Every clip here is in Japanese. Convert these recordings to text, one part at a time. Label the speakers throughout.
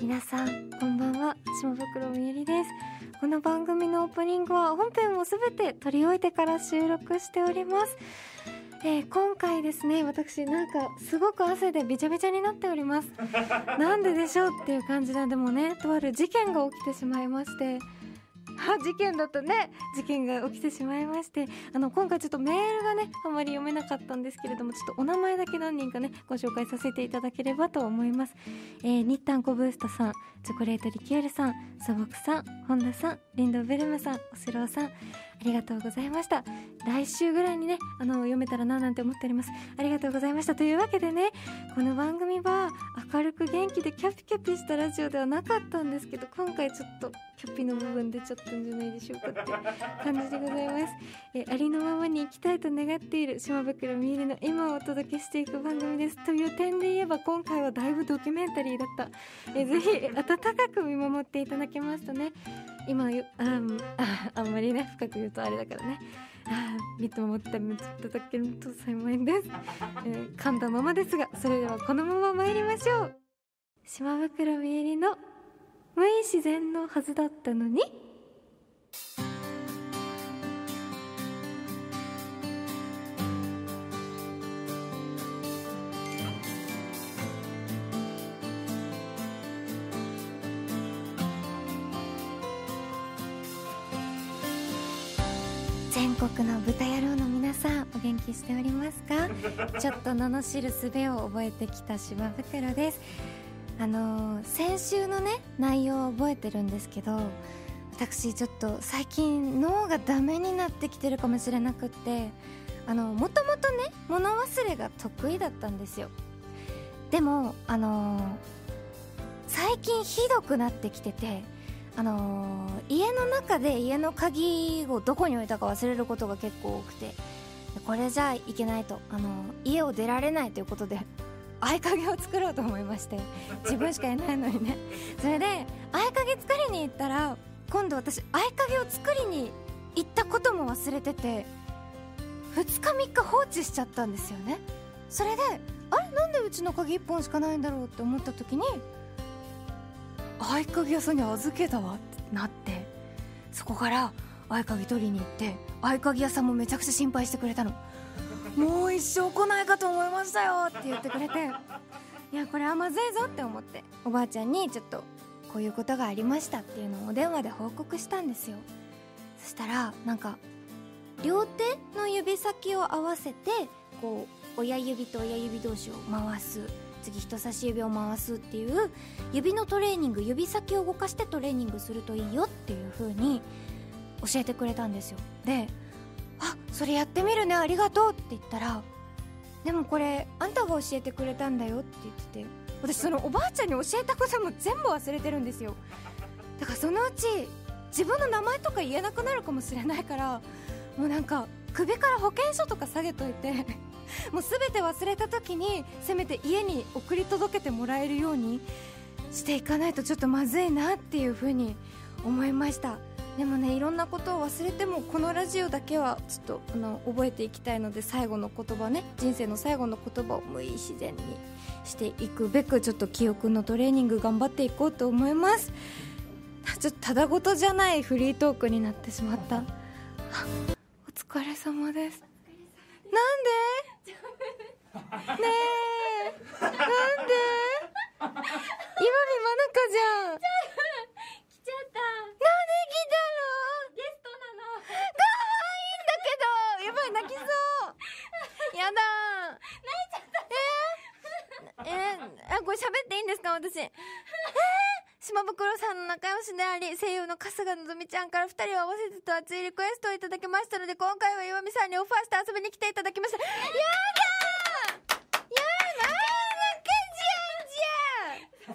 Speaker 1: 皆さんこんばんは島袋みゆりですこの番組のオープニングは本編もすべて取り終えてから収録しております、えー今回ですね私なんかすごく汗でびちゃびちゃになっており ますなんででしょうっていう感じなんでもねとある事件が起きてしまいましてあ事件だったね事件が起きてしまいましてあの今回ちょっとメールがねあまり読めなかったんですけれどもちょっとお名前だけ何人かねご紹介させていただければと思います、えー、日丹コブーストさんチョコレートリキュールさん素朴さん本田さんリンドベルムさんおしろうさんありがとうございました来週ぐらいにねあの読めたらななんて思っておりますありがとうございましたというわけでねこの番組は明るく元気でキャピキャピしたラジオではなかったんですけど今回ちょっとキャピの部分出ちゃったんじゃないでしょうかって感じでございますえーありのままに生きたいと願っている島袋みゆりの今をお届けしていく番組ですという点で言えば今回はだいぶドキュメンタリーだったえーぜひえー温かく見守っていただけますとね今よあーああんまりね深く言うとあれだからねあー見守っていただけると幸いです、えー噛んだままですがそれではこのまま参りましょう島袋みゆりの無意自然のはずだったのに全国の豚野郎の皆さんお元気しておりますかちょっと罵る術を覚えてきた芝袋ですあのー先週のね内容を覚えてるんですけど私ちょっと最近脳がダメになってきてるかもしれなくってあのもともとね物忘れが得意だったんですよでもあのー最近ひどくなってきててあのー家の中で家の鍵をどこに置いたか忘れることが結構多くてでこれじゃいけないと、あのー家を出られないということで 合鍵を作ろうと思いまして自分しかいないのにね それで合鍵作りに行ったら今度私合鍵を作りに行ったことも忘れてて2日3日放置しちゃったんですよねそれであれなんでうちの鍵1本しかないんだろうって思った時に合鍵屋さんに預けたわってなってそこから合鍵取りに行って合鍵屋さんもめちゃくちゃ心配してくれたのもう一生来ないかと思いましたよって言ってくれていやこれはまずいぞって思っておばあちゃんにちょっとこういうことがありましたっていうのをお電話で報告したんですよそしたらなんか両手の指先を合わせてこう親指と親指同士を回す次人差し指を回すっていう指のトレーニング指先を動かしてトレーニングするといいよっていう風に教えてくれたんですよで「あそれやってみるねありがとう」って言ったら「でもこれあんたが教えてくれたんだよ」って言ってて私そのおばあちゃんに教えたことも全部忘れてるんですよだからそのうち自分の名前とか言えなくなるかもしれないからもうなんか首から保険証とか下げといてもう全て忘れた時にせめて家に送り届けてもらえるようにしていかないとちょっとまずいなっていうふうに思いましたでもねいろんなことを忘れてもこのラジオだけはちょっとあの覚えていきたいので最後の言葉ね人生の最後の言葉を無意自然にしていくべくちょっと記憶のトレーニング頑張っていこうと思いますちょっとただごとじゃないフリートークになってしまった あお疲れ様ですなん でねえなんで今見まなかじゃん
Speaker 2: 来ちゃった
Speaker 1: なんで来たの
Speaker 2: ゲストなの
Speaker 1: 可愛いんだけどやばい泣きそうやだ泣いちゃったえー、えーあこれ喋っていいんですか私えー島袋さんの仲良しであり声優の春日のぞみちゃんから2人を合わせてと熱いリクエストをいただきましたので今回は岩見さんにオファーして遊びに来ていただきましたやだーやだーな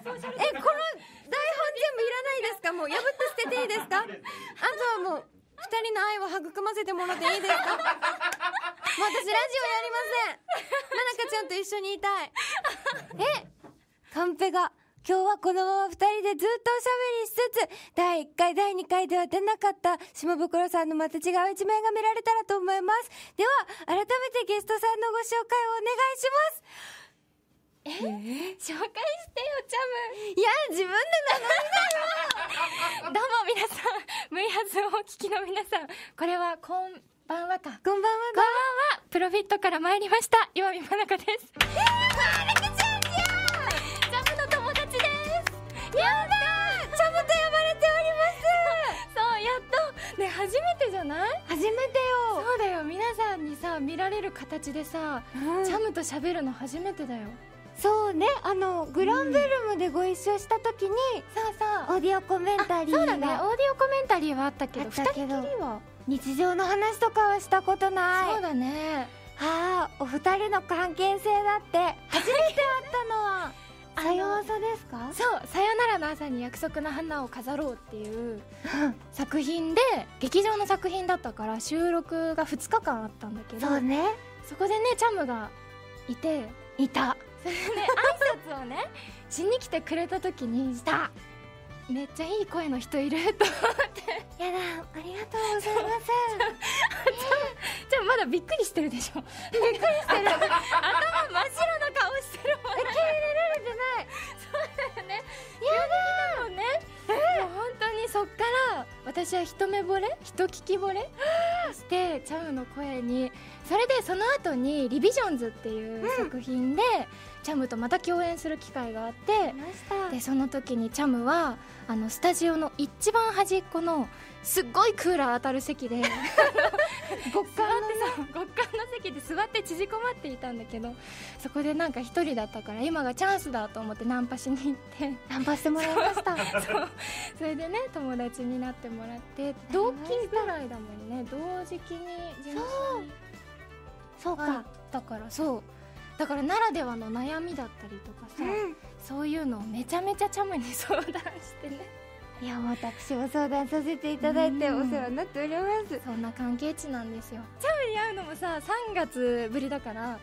Speaker 1: んかじゃんじゃんえこの台本全部いらないですかもう破って捨てていいですかあとはもう二人の愛を育ませてもらっていいですかもう私ラジオやりませんななかちゃんと一緒にいたいえカンペが今日はこのまま二人でずっとおしゃべりしつつ第1回第2回では出なかった島袋さんのまた違う一面が見られたらと思いますでは改めてゲストさんのご紹介をお願いしますえ
Speaker 2: え
Speaker 1: ー
Speaker 2: 紹介してよチ
Speaker 1: いや自分で
Speaker 2: ャムどうも皆さんムイハズをお聞きの皆さんこれはこんばんはか
Speaker 1: こんばんは
Speaker 2: こんばんはプロフィットから参りました岩見真中ですえー、マルクちゃんじゃんジャムの友達ですやだジャムと呼ばれておりますそうやっとね初めてじゃない
Speaker 1: 初めて
Speaker 2: そ
Speaker 1: よ、
Speaker 2: うだよ皆さんにさ見られる形でさ、
Speaker 1: うん
Speaker 2: ジャムと喋るの初めてだよ
Speaker 1: そうねあのグランベルムでご一緒した時に、
Speaker 2: そうそう
Speaker 1: オーディオコメンタリ
Speaker 2: そうだ
Speaker 1: ー
Speaker 2: ねオーディ
Speaker 1: が
Speaker 2: オコメンタリーはあったけど
Speaker 1: あ
Speaker 2: 二
Speaker 1: った
Speaker 2: 人き
Speaker 1: け
Speaker 2: り
Speaker 1: ど
Speaker 2: は、
Speaker 1: 日常の話とかはしたことない
Speaker 2: そうだね
Speaker 1: ああお二人の関係性だって初めて会ったのは
Speaker 2: あの
Speaker 1: さようさですか
Speaker 2: そう「さよならの朝に約束の花を飾ろう」っていう
Speaker 1: うん
Speaker 2: 作品で劇場の作品だったから収録が2日間あったんだけど
Speaker 1: そうね
Speaker 2: そこでねチャムがいて
Speaker 1: いた
Speaker 2: 挨拶をねしに来てくれた時にしためっちゃいい声の人いるとじ
Speaker 1: やだありがとう ございます
Speaker 2: ゃあまだびっくりしてるでしょびっくりしてる頭真っ白な顔してるもん
Speaker 1: 受け入れられてない
Speaker 2: ねやだもんね、もう本当にそっから私は一目惚れ一聞き惚れしてチャムの声にそれでその後に「リビジョンズ」っていう作品で、チャムとまた共演する機会があって
Speaker 1: ました
Speaker 2: でその時にチャムはあのスタジオの一番端っこのすっごいクーラー当たる席で極寒の極寒の席で座って縮こまっていたんだけどそこでなんか一人だったから今がチャンスだと思ってナンパしに行って
Speaker 1: ナンパしてもらいました
Speaker 2: それでね友達になってもらって同期ぐらいだもんね同時期に事務所に
Speaker 1: そう
Speaker 2: 入っ
Speaker 1: か
Speaker 2: たからそうだからならではの悩みだったりとかさ、そういうのをめちゃめちゃチャムに相談してね
Speaker 1: いや私も相談させていただいて
Speaker 2: う
Speaker 1: お
Speaker 2: ん
Speaker 1: 世話になっておりますそう
Speaker 2: そんな関係値なんですよチャムに会うのもさ3月ぶりだから
Speaker 1: だね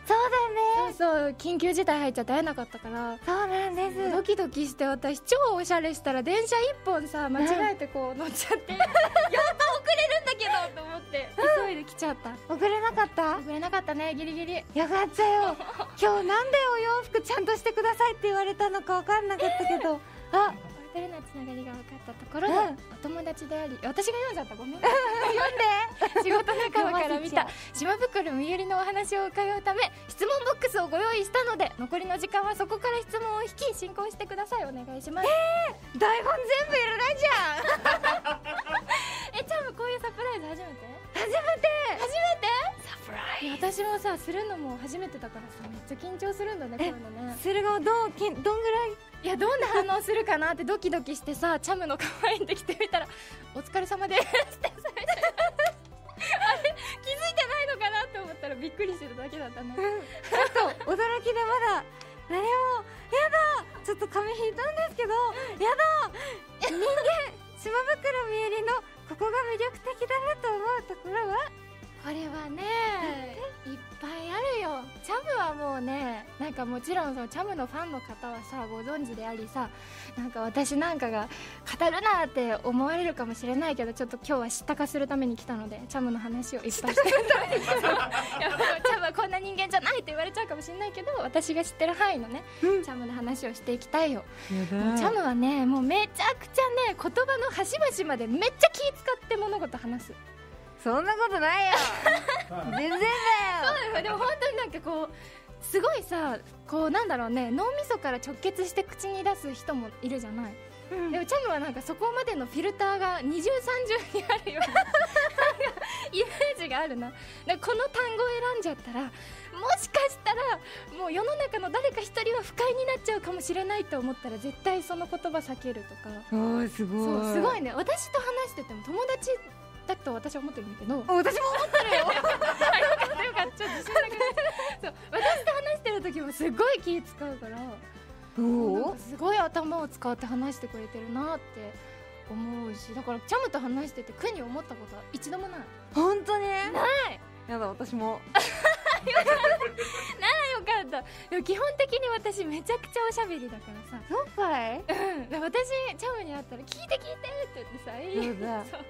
Speaker 2: そうそう緊急事態入っちゃって会えなかったから
Speaker 1: そうなんです
Speaker 2: ドキドキして私超おしゃれしたら電車一本さ間違えてこう乗っちゃって、 やっと遅れるんだけどと思って 急いで来ちゃった
Speaker 1: 遅れなかった
Speaker 2: 遅れなかったねギリギリ
Speaker 1: よかったよ今日なんでお洋服ちゃんとしてくださいって言われたのか分かんなかったけど、あ
Speaker 2: 俺とのつながりが分かったところ
Speaker 1: で
Speaker 2: で、お友達であり私が 読んじゃったごめん
Speaker 1: 読んで
Speaker 2: 仕事仲間から
Speaker 1: 読ま
Speaker 2: 見
Speaker 1: せちゃう
Speaker 2: た島袋みゆりのお話を伺うため質問ボックスをご用意したので残りの時間はそこから質問を引き進行してくださいお願いします
Speaker 1: 台本全部いらないじゃん
Speaker 2: えちゃんもこういうサプライズ初めて
Speaker 1: 初めて
Speaker 2: 初めて
Speaker 1: サプラ
Speaker 2: いや私もさするのも初めてだからさめっちゃ緊張するんだねこういうのね
Speaker 1: それがどうきんどんぐらい
Speaker 2: いやどんな反応するかなってドキドキしてさチャムの可愛いってきてみたら「お疲れ様です」ってされてあれ気づいてないのかなって思ったらびっくりしてただけだったね
Speaker 1: ちょっと驚きでまだ何もやだちょっと髪引いたんですけどやだ人間島袋みゆりのここが魅力的だなと思うところは
Speaker 2: これはねいっぱいあるよチャムはもうねなんかもちろんそのチャムのファンの方はさご存知でありさなんか私なんかが語るなって思われるかもしれないけどちょっと今日は知ったかするために来たのでチャムの話をいっぱい していやもうチャムはこんな人間じゃないって言われちゃうかもしれないけど私が知ってる範囲のね
Speaker 1: うん
Speaker 2: チャムの話をしていきたいよもう
Speaker 1: チ
Speaker 2: チャムはねもうめちゃくちゃね言葉の端々までめっちゃ気使って物事話す
Speaker 1: そんなことないよ全然だよ
Speaker 2: そう だよでも本当になんかこうすごいさこうなんだろうね脳みそから直結して口に出す人もいるじゃない
Speaker 1: うん
Speaker 2: でもチャムはなんかそこまでのフィルターが二重三重にあるようななんかイメージがあるななんかこの単語を選んじゃったらもしかしたらもう世の中の誰か一人は不快になっちゃうかもしれないと思ったら絶対その言葉避けるとか
Speaker 1: おーすご
Speaker 2: そうすご
Speaker 1: い
Speaker 2: いね私と話してても友達だと私は思ってるんだけど
Speaker 1: 私も思ってるよ
Speaker 2: よかったちょっと自信なくなっちゃったそう私と話してる時もすごい気使うからなんかすごい頭を使って話してくれてるなって思うしだからチャムと話してて苦に思ったことは一度もない
Speaker 1: 本当に
Speaker 2: ない
Speaker 1: やだ私も
Speaker 2: よかったでも基本的に私めちゃくちゃおしゃべりだからさ
Speaker 1: そうかい
Speaker 2: うんで私チャムに会ったら「聞いて聞いて」って言ってさ永遠に
Speaker 1: そうだ
Speaker 2: そう永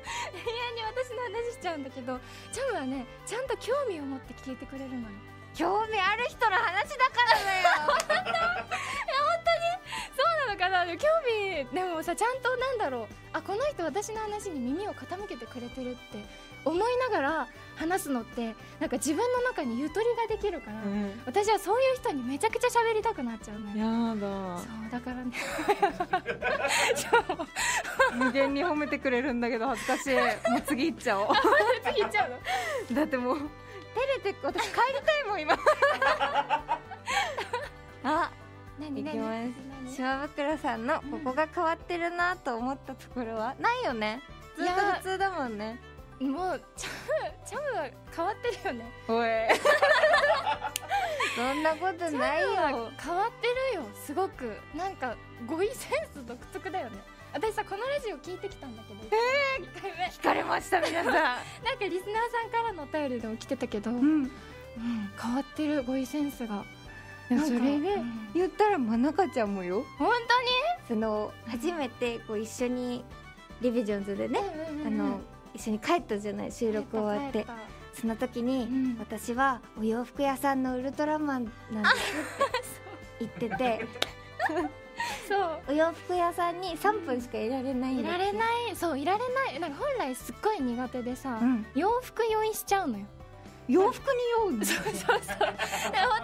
Speaker 2: 遠に私の話しちゃうんだけどチャムはねちゃんと興味を持って聞いてくれるのよ
Speaker 3: 興味ある人の話だからだよ
Speaker 2: そうなのかな興味でもさちゃんとなんだろうあこの人私の話に耳を傾けてくれてるって思いながら話すのってなんか自分の中にゆとりができるから、私はそういう人にめちゃくちゃ喋りたくなっちゃうのよ
Speaker 1: やだ
Speaker 2: そう だからね
Speaker 1: 無限に褒めてくれるんだけど恥ずかしいもう次行っちゃおう
Speaker 2: 次行っちゃうの
Speaker 1: だってもう照れて私帰りたいもん今 あ
Speaker 2: 何
Speaker 1: 行き
Speaker 2: 何
Speaker 1: ます
Speaker 2: 何
Speaker 1: 島袋さんのここが変わってるなと思ったところはないよねずっと普通だもんね
Speaker 2: もうチャムチャムは変わってるよね
Speaker 1: おい そんなことない
Speaker 2: チャム
Speaker 1: よ
Speaker 2: は変わってるよすごくなんか語彙センス独特だよね私さこのラジオ聞いてきたんだけどえ1回目
Speaker 1: 聞かれました皆さん
Speaker 2: なんかリスナーさんからのお便りでも来てたけ ど、
Speaker 1: うん
Speaker 2: 変わってる語彙センスが
Speaker 1: いや
Speaker 2: なん
Speaker 1: そ
Speaker 2: か
Speaker 1: れ
Speaker 2: う
Speaker 1: で
Speaker 2: ん
Speaker 1: 言ったら真中ちゃんもよ
Speaker 2: 本
Speaker 1: その初めてこう一緒にリビジョンズで
Speaker 2: 当
Speaker 1: ね、
Speaker 2: に、
Speaker 1: あの一緒に帰ったじゃない収録終わって
Speaker 2: 帰た帰
Speaker 1: その時に、
Speaker 2: うん
Speaker 1: 私はお洋服屋さんのウルトラマンなんですって言ってて
Speaker 2: たそ
Speaker 1: お洋服屋さんに3分しかいられないんで
Speaker 2: うい
Speaker 1: す
Speaker 2: られないそういられないなんか本来すっごい苦手でさ、
Speaker 1: うん
Speaker 2: 洋服用意しちゃうのよ
Speaker 1: 洋服に酔うんだ
Speaker 2: そうそうそうだから本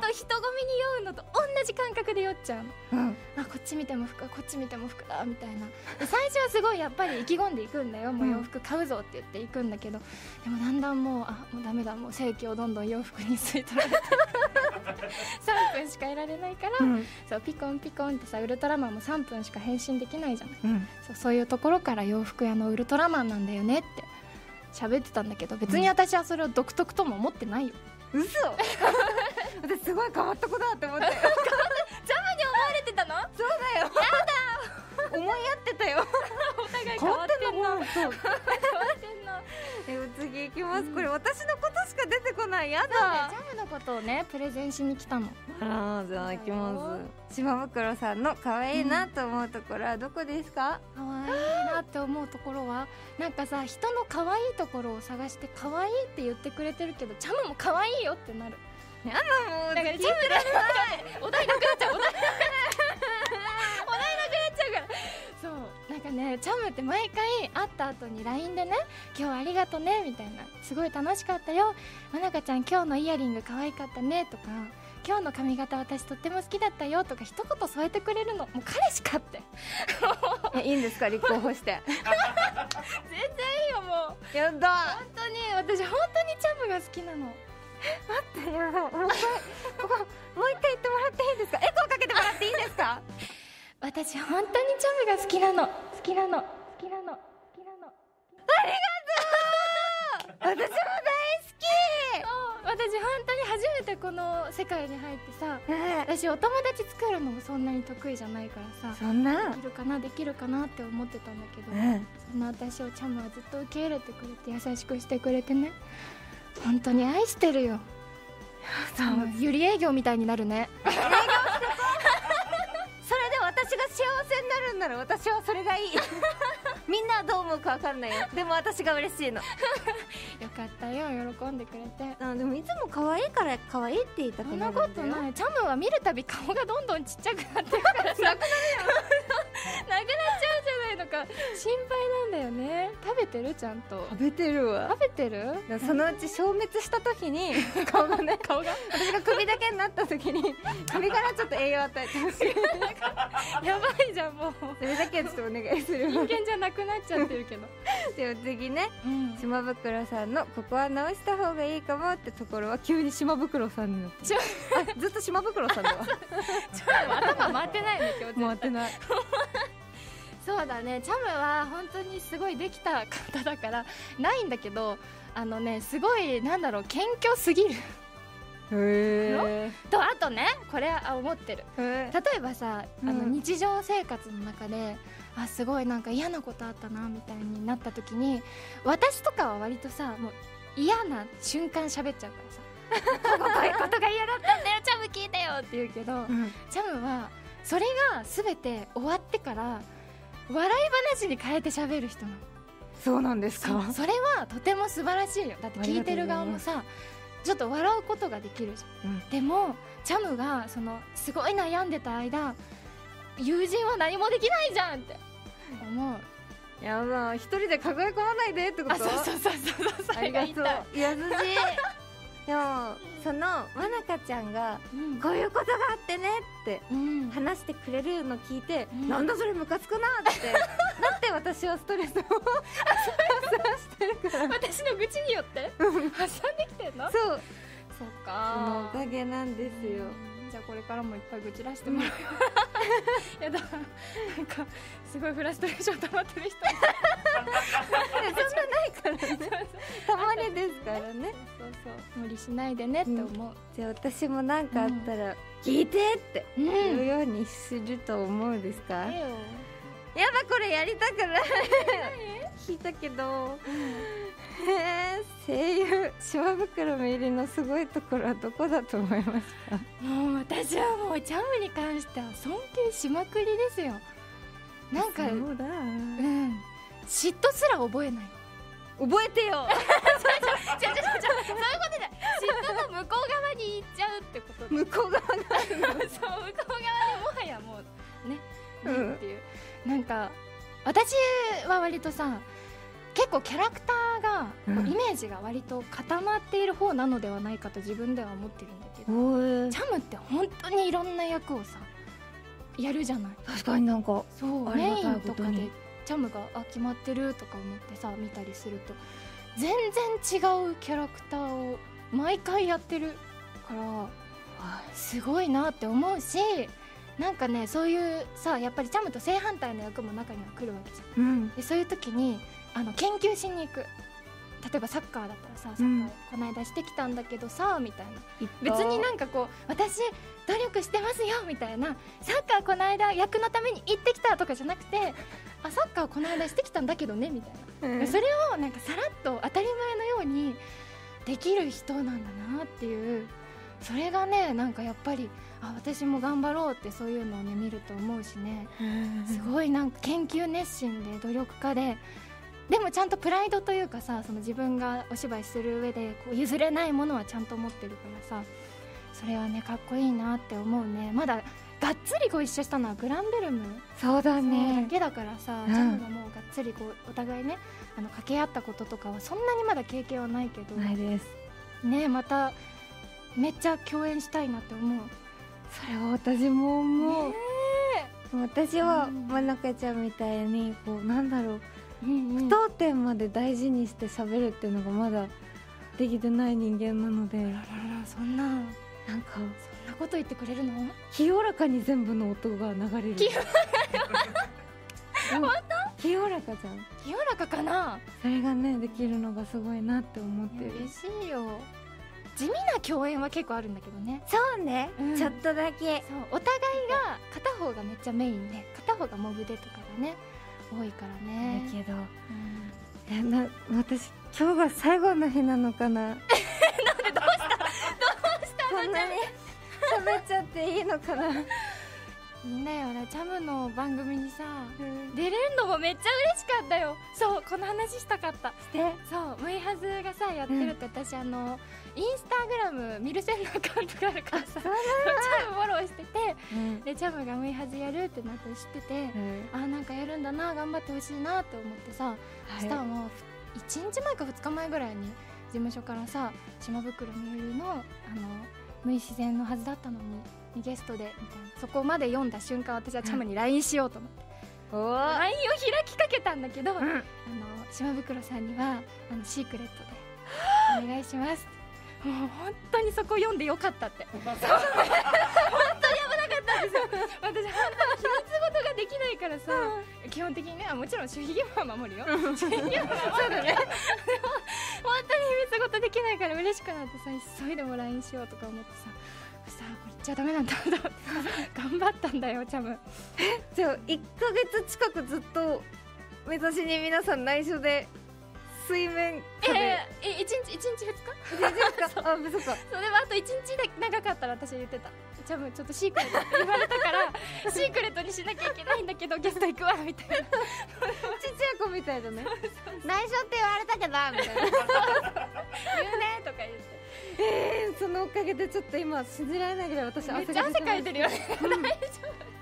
Speaker 2: 当人混みに酔うのと同じ感覚で酔っちゃうの
Speaker 1: うん
Speaker 2: あこっち見ても服こっち見ても服だみたいなで最初はすごいやっぱり意気込んでいくんだよもう洋服買うぞって言っていくんだけど、でもだんだんもうあもうダメだもう正気をどんどん洋服に吸い取られ て3分しかいられないから、
Speaker 1: うん
Speaker 2: そうピコンピコンってさウルトラマンも3分しか変身できないじゃない
Speaker 1: うん
Speaker 2: そうそういうところから洋服屋のウルトラマンなんだよねって喋ってたんだけど別に私はそれを独特とも思って ないよ、
Speaker 1: 嘘私すごい変わった子だって思って
Speaker 2: ジャムに思われてたの
Speaker 1: そうだよ思い合ってたよ
Speaker 2: お互い
Speaker 1: 変
Speaker 2: 変
Speaker 1: わ
Speaker 2: わ
Speaker 1: っ
Speaker 2: って
Speaker 1: て
Speaker 2: んの
Speaker 1: んの本当
Speaker 2: 変わってんの
Speaker 1: でも次行きます、
Speaker 2: うん
Speaker 1: これ私のことしか出てこないやだ
Speaker 2: ジャムのことをねプレゼンしに来たの
Speaker 1: あーじゃあ行きます島袋さんの可愛いなと思うところはどこですか、
Speaker 2: 可愛いなって思うところはなんかさ人の可愛いところを探して可愛いって言ってくれてるけどチャムも可愛いよってなる
Speaker 1: もう
Speaker 2: だからチャムだお題なくなっちゃうお題なくなっち ゃうお題なくなっちゃうからそうなんかねチャムって毎回会った後に LINE でね「今日はありがとね」みたいな「すごい楽しかったよ」「まなかちゃん今日のイヤリング可愛かったね」とか「今日の髪型私とっても好きだったよ」とか一言添えてくれるのもう彼しかって
Speaker 1: えいいんですか立候補して
Speaker 2: 全然いいよもう
Speaker 1: やだ
Speaker 2: 本当に私本当にチャムが好きなの
Speaker 1: やだもう一回ここもう一回言ってもらっていいですかエコーかけてもらっていいですか
Speaker 2: 私本当にチャムが好きなの好きなの好きなの好きなの
Speaker 1: 私も大好
Speaker 2: 私本当に初めてこの世界に入ってさ
Speaker 1: き、
Speaker 2: 私お友達作るのもそんなに得意じゃないからさ
Speaker 1: そんな
Speaker 2: できるかなできるかなって思ってたんだけど
Speaker 1: ん
Speaker 2: そんな私をチャムはずっと受け入れてくれて優しくしてくれてね本当に愛してるよ
Speaker 1: そう
Speaker 2: もうゆり営業みたいになるね
Speaker 1: それで私が幸せになるんなら私はそれ がいいみんなはどう思うかわかんないよでも私が嬉しいの
Speaker 2: よかったよ喜んでくれて
Speaker 1: あでもいつも可愛いから可愛いって言いた
Speaker 2: そんなこと
Speaker 1: い
Speaker 2: ないチャムは見るたび顔がどんどんちっちゃくなってるからさ なくなっちゃうじゃないのか心配なんだよね食べてるちゃんと
Speaker 1: 食べてるわ
Speaker 2: 食べてる
Speaker 1: そのうち消滅した時に顔がね
Speaker 2: 顔が
Speaker 1: 私が首だけになった時 に首からちょっと栄養与えてほしい
Speaker 2: やばいじゃんもう
Speaker 1: それだけはちょっとお願いする
Speaker 2: 人
Speaker 1: わ
Speaker 2: 間じゃなくなっちゃってるけど、
Speaker 1: でも次ね
Speaker 2: うん
Speaker 1: 島袋さんのここは直した方がいいかもってところは急に島袋さんになって
Speaker 2: ちょ
Speaker 1: あずっと島袋さんだわ
Speaker 2: チャムは頭回ってないね今日
Speaker 1: 回ってない
Speaker 2: そうだねチャムは本当にすごいできた方だからないんだけどあのねすごいなんだろう謙虚すぎる
Speaker 1: へ
Speaker 2: とあとねこれは思ってる
Speaker 1: え
Speaker 2: 例えばさ、あの
Speaker 1: うん
Speaker 2: 日常生活の中であすごいなんか嫌なことあったなみたいになった時に私とかは割とさもう嫌な瞬間喋っちゃうからさこうこうこういうことが嫌だったんだよチャム聞いてよって言うけどチャムはそれが全て終わってから笑い話に変えて喋る人なの
Speaker 1: そうなんです
Speaker 2: そうそれはとても素晴らしいよだって聞いてる側もさちょっと笑うことができるじゃん、
Speaker 3: うん
Speaker 2: でもチャムがそのすごい悩んでた間友人は何もできないじゃんって思う
Speaker 1: いやまあ一人で抱え込まないでってこと
Speaker 2: あそうそうそうそうそ
Speaker 1: あ
Speaker 2: れ
Speaker 1: り
Speaker 2: が
Speaker 1: が
Speaker 2: 言い
Speaker 1: と
Speaker 2: た
Speaker 1: う
Speaker 2: い
Speaker 1: いや優しいでもそのまなかちゃんが
Speaker 2: うん
Speaker 1: こういうことがあってねって
Speaker 2: うん
Speaker 1: 話してくれるの聞いて、
Speaker 2: うん
Speaker 1: なんだそれムカつくなって だって私はストレスを
Speaker 2: 私の愚痴によって挟んできてんの
Speaker 1: そう
Speaker 2: そっ
Speaker 1: その
Speaker 2: か
Speaker 1: おかげなんです よ
Speaker 2: うんじゃあこれからもいっぱい愚痴らしてもらうよ やだなんかすごいフラストレーション溜まってる人
Speaker 1: そんなないからねたまにですからね
Speaker 2: そうそう無理しないでねって思
Speaker 1: じゃあ私もなんかあったら聞いてって
Speaker 2: ううん
Speaker 1: 言う
Speaker 2: いいよ
Speaker 1: ようにすると思うですか、やばこれやりたくない聞いたけどへえ声優島袋みゆりのすごいところはどこだと思いますか
Speaker 2: もう私はもうチャムに関しては尊敬しまくりですよなんかうん
Speaker 1: うだ
Speaker 2: 嫉妬すら覚えない
Speaker 1: 覚えてよ
Speaker 2: 違う違う違うそういうことじゃない嫉妬の向こう側に行っちゃうってことで
Speaker 1: 向こう側が
Speaker 2: そう向こう側でもはやもうね
Speaker 1: うん
Speaker 2: ねっていう、なんか私は割とさ結構キャラクターが、こう
Speaker 1: うん
Speaker 2: イメージが割と固まっている方なのではないかと自分では思ってるんだけど
Speaker 1: お
Speaker 2: チャムって本当にいろんな役をさやるじゃない
Speaker 3: 確かになんか
Speaker 2: そう
Speaker 3: あり
Speaker 2: メ
Speaker 3: がた
Speaker 2: イ
Speaker 3: い
Speaker 2: ンと
Speaker 3: こと
Speaker 2: か
Speaker 3: に
Speaker 2: でチャムがあ決まってるとか思ってさ見たりすると全然違うキャラクターを毎回やってるからすごいなって思うしなんかねそういうさやっぱりチャムと正反対の役も中には来るわけじゃん
Speaker 3: うん
Speaker 2: でそういう時にあの研究しに行く例えばサッカーだったらさ「サッカ
Speaker 3: う
Speaker 2: ー
Speaker 3: ん
Speaker 2: この間してきたんだけどさ」みたいな別になんかこう私努力してますよみたいなサッカーこの間役のために行ってきたとかじゃなくてあサッカーこの間してきたんだけどねみたいな、それをなんかさらっと当たり前のようにできる人なんだなっていうそれがねなんかやっぱりあ私も頑張ろうってそういうのをね見ると思うしねすごいなんか研究熱心で努力家ででもちゃんとプライドというかさその自分がお芝居する上でこう譲れないものはちゃんと持ってるからさそれはねかっこいいなって思うねまだがっつりご一緒したのはグランベルム
Speaker 1: そうだ
Speaker 2: だ
Speaker 1: ね
Speaker 2: けだからさ、
Speaker 3: うん
Speaker 2: ジャムがもうがっつりこうお互いねあの掛け合ったこととかはそんなにまだ経験はないけど、
Speaker 1: ないです
Speaker 2: ねまためっちゃ共演したいなって思う
Speaker 1: それは私も思う、
Speaker 2: ね
Speaker 1: 私は
Speaker 2: うん
Speaker 1: 真中ちゃんみたいにこうなんだろう
Speaker 2: うんうん
Speaker 1: 当店まで大事にして喋るっていうのがまだできてない人間なので
Speaker 2: あらららそんな
Speaker 1: なんか
Speaker 2: そんなこと言ってくれるの
Speaker 1: 清らかに全部の音が流れる
Speaker 2: 清
Speaker 1: らか本当清らかじゃん
Speaker 2: 清らかかな
Speaker 1: それがねできるのがすごいなって思ってる
Speaker 2: 嬉しいよ地味な共演は結構あるんだけどね
Speaker 1: そうね
Speaker 2: うんちょっ
Speaker 1: とだけ
Speaker 2: そうお互いが片方がめっちゃメインで片方がモブでとかがね多いから
Speaker 1: だ
Speaker 2: ね、
Speaker 1: けど
Speaker 2: うん
Speaker 1: えな私今日が最後の日なのかななんでどうしたどうしたこんなに喋っちゃっていいのかな
Speaker 2: みんなよなチャムの番組にさ出れるのもめっちゃ嬉しかったよそうこの話したかった
Speaker 1: して
Speaker 2: そうムイハズがさやってると私、あのインスタグラムミルセンのアカウントがあるからさチ
Speaker 1: うな
Speaker 2: ャムフォローしてて
Speaker 1: うん
Speaker 2: でチャムがムイハズやるってなって知ってて、あーなんかやるんだな頑張ってほしいなって思ってさ、そしたら
Speaker 1: は
Speaker 2: もう1日前か2日前ぐらいに事務所からさ島袋みゆりのあの無意自然のはずだったのにゲストでみたいなそこまで読んだ瞬間私はチャムに LINE しようと思って
Speaker 1: いおー
Speaker 2: LINE を開きかけたんだけど、あの
Speaker 1: ん
Speaker 2: 島袋さんにはあのシークレットでお願いしますってもう本当にそこ読んでよかったって私本当に秘密事ができないからさ基本的にねあもちろん守秘義務は守るよ守秘義務は守るよでも本当に秘密事できないから嬉しくなってさ急いでも LINE しようとか思ってさそしたらこれ言っちゃダメなんだと思ってさ頑張ったんだよチャム
Speaker 1: じゃあ1ヶ月近くずっと目指しに皆さん内緒で水面
Speaker 2: え
Speaker 1: 下で
Speaker 2: え1日1日2日
Speaker 1: 大丈夫かあ嘘か
Speaker 2: そうでもあと1日で長かったら私言ってた「チャムちょっとシークレット」って言われたから シークレットにしなきゃいけないんだけどゲスト行くわみたい な
Speaker 1: ちっちゃい子みたいだね内緒って言われたけどみたいな
Speaker 2: 言うねとか言って
Speaker 1: えー、そのおかげでちょっと今信じられないぐらい私
Speaker 2: め
Speaker 1: 汗
Speaker 2: っ
Speaker 1: が
Speaker 2: ちゃ汗
Speaker 1: 出て
Speaker 2: か
Speaker 1: ま
Speaker 2: い
Speaker 1: す
Speaker 2: てるよね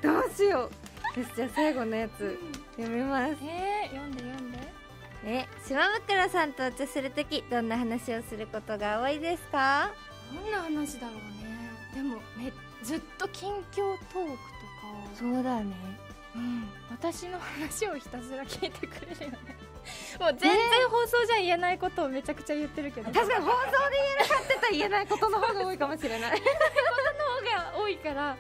Speaker 1: どうしようよしじゃあ最後のやつ読みます
Speaker 2: えー、読んで読んで
Speaker 1: え島袋さんとお茶するときどんな話をすることが多いですか
Speaker 2: どんな話だろうねでもめずっと近況トークとか
Speaker 1: そうだね
Speaker 2: うん、私の話をひたすら聞いてくれるよね もう全然放送じゃ言えないことをめちゃくちゃ言ってるけど、
Speaker 1: 確かに放送で言えなかったとは言えないことの方が多いかもしれない
Speaker 2: の方が多いから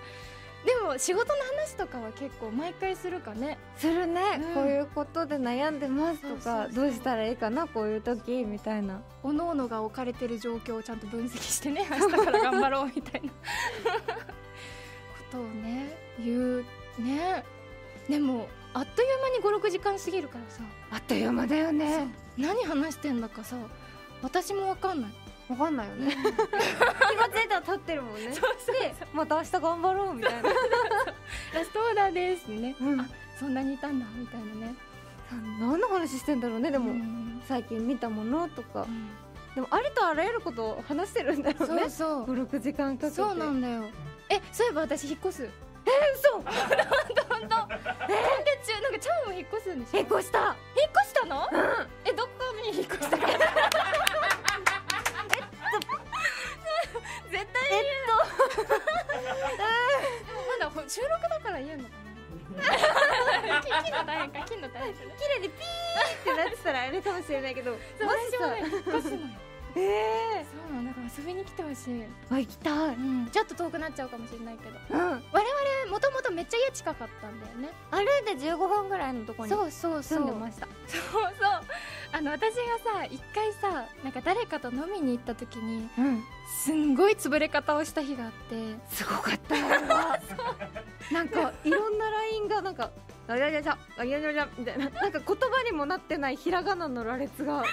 Speaker 2: でも仕事の話とかは結構毎回するかね
Speaker 1: するね、
Speaker 2: うん
Speaker 1: こういうことで悩んでますと
Speaker 2: そうそう
Speaker 1: か
Speaker 2: そう
Speaker 1: どうしたらいいかなこういう時みたいな
Speaker 2: おののが置かれてる状況をちゃんと分析し てね明日から頑張ろうみたいなことをね言うねでもあっという間に56時間過ぎるからさ
Speaker 1: あっという間だよ
Speaker 2: そう何話してんだかさ私も分かんない
Speaker 1: わかんないよね 気持ちいいと立ってる もんねでまた明日頑張ろうみたいな
Speaker 2: ラストオーダーですね、
Speaker 1: うん
Speaker 2: あそんなにいたんだみたいなね
Speaker 1: 何の話してんだろうねでも、
Speaker 2: うん
Speaker 1: 最近見たものとか
Speaker 2: うん
Speaker 1: でもありとあらゆることを話してるんだろう
Speaker 2: そう
Speaker 1: ね
Speaker 2: そう
Speaker 1: 56時間かけて
Speaker 2: そうなんだよえそういえば私引っ越す
Speaker 1: そう
Speaker 2: 本当コンテンツ中なんかチャムも引っ越すんでしょ
Speaker 1: 引っ越した
Speaker 2: 引っ越したの、えどこに引っ越した か絶対言ええっと まだほ収録だから言えんの かな切切るの大変か切るの大変かね
Speaker 1: 綺麗にピーってなってたらあれかもしれない けどもし
Speaker 2: そう私も
Speaker 1: さ
Speaker 2: ね引っ越すのよ
Speaker 1: ええ
Speaker 2: そうなんだから遊びに来てほしい、
Speaker 1: あ行きたい
Speaker 2: うん、ちょっと遠くなっちゃうかもしれないけど
Speaker 1: うん
Speaker 2: 我々もともとめっちゃ家近かったんだよね
Speaker 1: 歩いて15分ぐらいのとこに
Speaker 2: そうそうそ
Speaker 1: 住
Speaker 2: う
Speaker 1: んでました
Speaker 2: そうそうあの私がさ一回さなんか誰かと飲みに行った時に
Speaker 1: うん
Speaker 2: すんごい潰れ方をした日があって
Speaker 1: すごかったよ なんかいろんなラインがなんか「あやじゃじゃあやじゃじゃ」みたいななんか言葉にもなってないひらがなの羅列が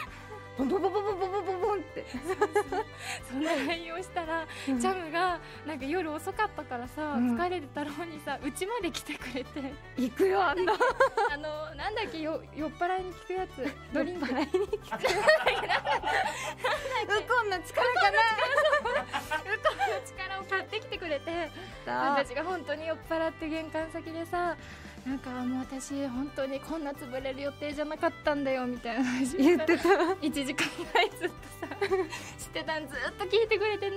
Speaker 1: ボンボンボンボンボンボンボンボンって
Speaker 2: そんな内容したら、ジャムがなんか夜遅かったからさ、
Speaker 1: うん
Speaker 2: 疲れてたろうにさうちまで来てく れて
Speaker 1: 行くよあんな
Speaker 2: あのなんだっけよ酔っ払いに効くやつ ドリン
Speaker 1: 酔
Speaker 2: ク
Speaker 1: っ払 いに聞くウコンの力かな
Speaker 2: 力を買ってきてくれて
Speaker 1: だ
Speaker 2: 私が本当に酔っ払って玄関先でさなんかもう私本当にこんな潰れる予定じゃなかったんだよみたいな話をさ
Speaker 1: 言ってた
Speaker 2: 1時間ぐらいずっとさ してたんずっと聞いてくれてね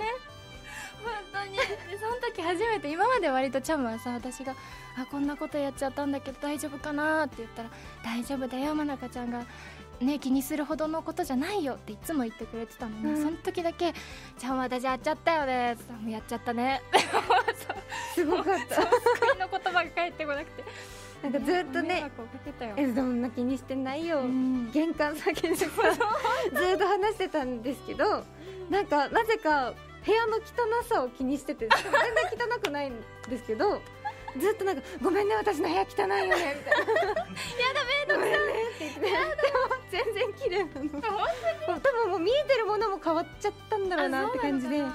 Speaker 2: 本当にでその時初めて今まで割とチャムはさ私が「あこんなことやっちゃったんだけど大丈夫かな?」って言ったら「大丈夫だよ真中ちゃんが、ね、気にするほどのことじゃないよ」っていつも言ってくれてたのに、
Speaker 1: うん
Speaker 2: その時だけ「ちゃんは私やっちゃったよね」って言ったらやっちゃった ね」
Speaker 1: すごかった
Speaker 2: 国の言葉が返ってこなくて
Speaker 1: なんかずっと
Speaker 2: 迷
Speaker 1: ね
Speaker 2: 惑をかけたよ
Speaker 1: 「えどんな気にしてないよ」
Speaker 2: うん
Speaker 1: 玄関先でさずっと話してたんですけどなんかなぜか部屋の汚さを気にしててしかも全然汚くないんですけどずっとなんか「ごめんね私の部屋汚いよね」みたいな「やだめんどくさい」って言ってでも全然綺麗なの
Speaker 2: 本
Speaker 1: 多分もう見えてるものも変わっちゃったんだろうなって感じで
Speaker 2: あ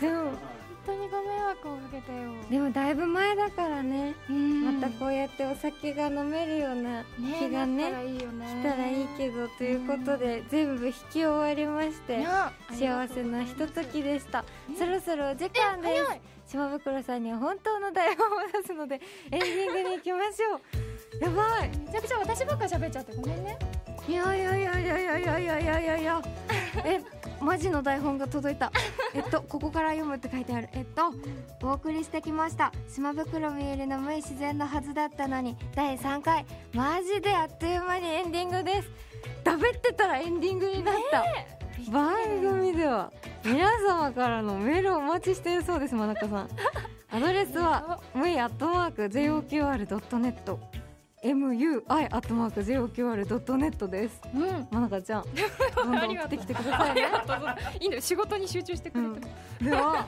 Speaker 1: で
Speaker 2: そう
Speaker 1: も
Speaker 2: なのかな本当にご迷惑をかけたよ、
Speaker 1: でもだいぶ前だからね
Speaker 2: うん
Speaker 1: またこうやってお酒が飲めるような日がね
Speaker 2: なったらいいよね
Speaker 1: 来たらいいけどということで全部引き終わりまして
Speaker 2: な
Speaker 1: 幸せなひとときでした
Speaker 2: ね
Speaker 1: そろそろお時間で
Speaker 2: 早い
Speaker 1: す島袋さんには本当の台本を出すのでエンディングに行きましょうやばい
Speaker 2: めちゃくちゃ私ばっか喋っちゃってごめんね
Speaker 1: いやいやいやいやいやいやいやいやいやいやえマジの台本が届いたえっとここから読むって書いてあるえっとお送りしてきました島袋みゆりの無い自然のはずだったのに第3回マジであっという間にエンディングですだべってたらエンディングになった、番組では皆様からのメールをお待ちしているそうです真中さんアドレスはむいアットマーク JOQR.net mui アットマーク JOQR.net です
Speaker 2: うん
Speaker 1: 真中ちゃん どんどん送ってきてくださいね
Speaker 2: いいのよ仕事に集中してくれ
Speaker 1: で
Speaker 2: て
Speaker 1: は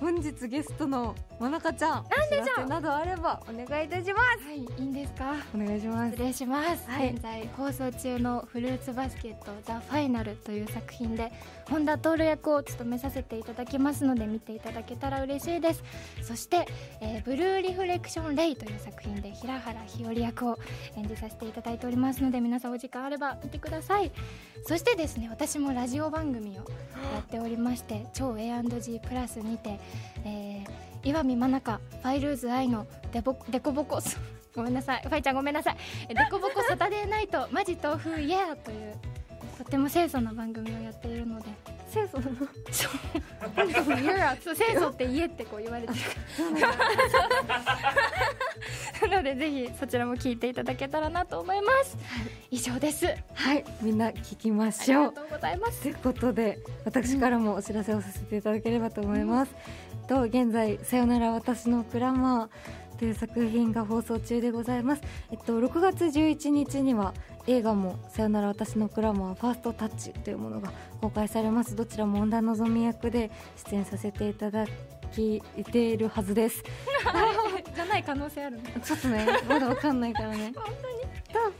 Speaker 1: 本日ゲストのもなかちゃんなんでじゃなどあればお願いいたします
Speaker 2: はい、いいんですか
Speaker 1: お願いします
Speaker 2: 失礼します、
Speaker 1: はい
Speaker 2: 現在放送中の「フルーツバスケット・ザ・ファイナル」という作品で本田徹役を務めさせていただきますので見ていただけたら嬉しいですそして、えーブルーリフレクション・レイ」という作品で平原日和役を演じさせていただいておりますので皆さんお時間あれば見てくださいそしてですね私もラジオ番組をやっておりまして超 A&G プラスにて、えー、岩見真中ファイルーズ愛のデボデコボコスごめんなさいファイちゃんごめんなさい えデコボコサタデーナイトマジ豆腐イエーというとっても清楚な番組をやっているので
Speaker 1: 清楚なの
Speaker 2: そう清楚って家ってこう言われてる なのでぜひそちらも聞いていただけたらなと思います以上ですあ
Speaker 1: はいみんな聞きま
Speaker 2: り
Speaker 1: しょ
Speaker 2: が
Speaker 1: う
Speaker 2: とうございます
Speaker 1: ということで私からもお知らせをさせていただければと思います、と現在「さよなら私のクラマー」という作品が放送中でございますえっと6月11日には映画も「さよなら私のクラマーファーストタッチ」というものが公開されますどちらも本田望み役で出演させていただきているはずです
Speaker 2: じゃない可能性あるの
Speaker 1: ちょっとねまだわかんないからね
Speaker 2: 本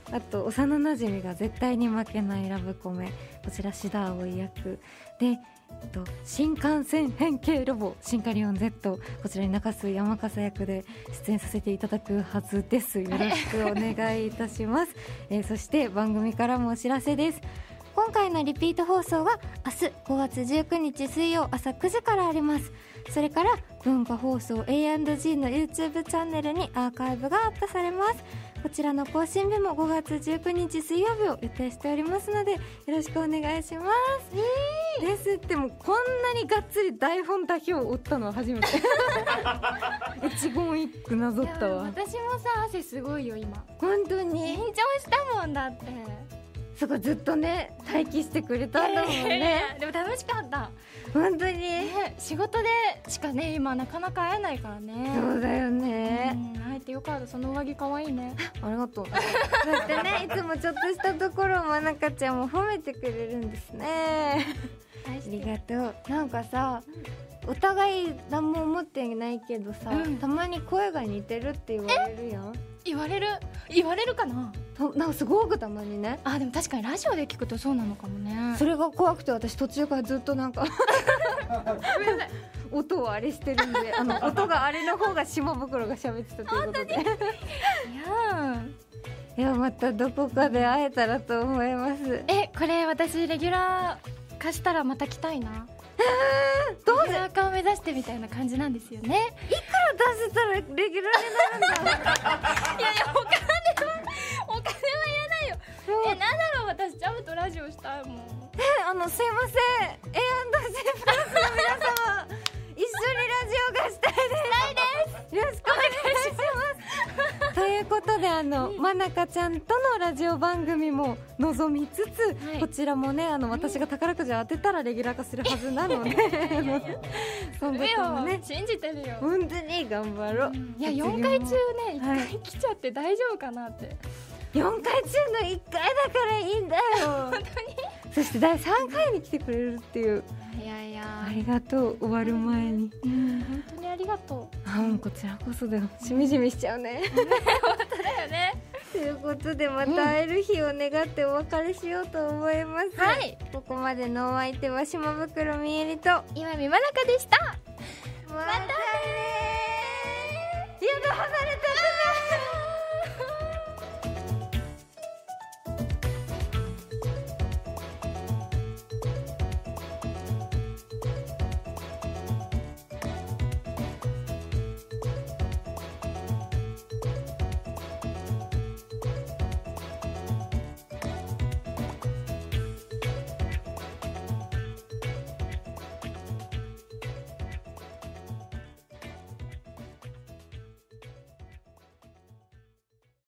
Speaker 1: とあと幼なじみが絶対に負けないラブコメこちらシダー葵役で、えっと、新幹線変形ロボシンカリオン Z こちらに中洲山笠役で出演させていただくはずですよろしくお願いいたします、えーそして番組からもお知らせです今回のリピート放送は明日5月19日水曜朝9時からありますそれから文化放送 A&G の YouTube チャンネルにアーカイブがアップされますこちらの更新日も5月19日水曜日を予定しておりますのでよろしくお願いします、ですってもうこんなにがっつり台本だけを追ったのは初め て一言一句なぞ
Speaker 2: い
Speaker 1: っ
Speaker 2: や
Speaker 1: たわ
Speaker 2: 私もさ汗すごいよ今
Speaker 1: 本当に
Speaker 2: 緊張したもんだって
Speaker 1: そこずっとね待機してくれたんだもん
Speaker 2: いやいやい
Speaker 1: ね
Speaker 2: やでも楽しかった
Speaker 1: 本当に
Speaker 2: ね仕事でしかね今なかなか会えないからね
Speaker 1: そうだよね、
Speaker 2: うん会えてよかったその上着可愛いね
Speaker 1: ありがとう。そうやって ね、いつもちょっとしたところをまなかちゃんも褒めてくれるんですね。
Speaker 2: あ
Speaker 1: ありがとう。なんかさ、お互い何も思ってないけどさ、
Speaker 2: うん
Speaker 1: たまに声が似てるって言われるやん。
Speaker 2: 言われる言われるかな
Speaker 1: となんかすごくたまにね。
Speaker 2: あでも確かにラジオで聞くとそうなのかもね
Speaker 1: それが怖くて私途中からずっとなんか 音をあれしてるんであの音があれの方が島袋が喋ってたということで
Speaker 2: いや
Speaker 1: いやまたどこかで会えたらと思います
Speaker 2: ーえこれ私レギュラー化したらまた来たいな
Speaker 1: どう
Speaker 2: レギュラー化を目指してみたいな感じなんですよね
Speaker 1: 出せたらレギュラーになるんだ
Speaker 2: いやいやお金はお金はやないよえなんだろう私ジャムとラジオしたいもん
Speaker 1: あのすいません A&G プラスの皆様一緒にラジオがしたいですよろしくお願いしますということであの、まなかちゃんとのラジオ番組も望みつつ、
Speaker 2: はい
Speaker 1: こちらもねあの私が宝くじを当てたらレギュラー化するはずなのでそんなこともね
Speaker 2: 信じてるよ
Speaker 1: 本当に頑張ろう、
Speaker 2: いや4回中ね1
Speaker 1: はい
Speaker 2: 回来ちゃって大丈夫かなって
Speaker 1: 4回中の1回だからいいんだよ 本当にそして第3回に来てくれるっていう
Speaker 2: いやいや
Speaker 1: ありがとう終わる前に
Speaker 2: うん本当にありがとう
Speaker 1: あもうこちらこそだよしみじみしちゃうね
Speaker 2: だよね
Speaker 1: ということでまた会える日を願ってお別れしようと思います、
Speaker 2: はい
Speaker 1: ここまでのお相手は島袋みえりとま
Speaker 2: 今見まなかでした
Speaker 1: たねーやだ離れた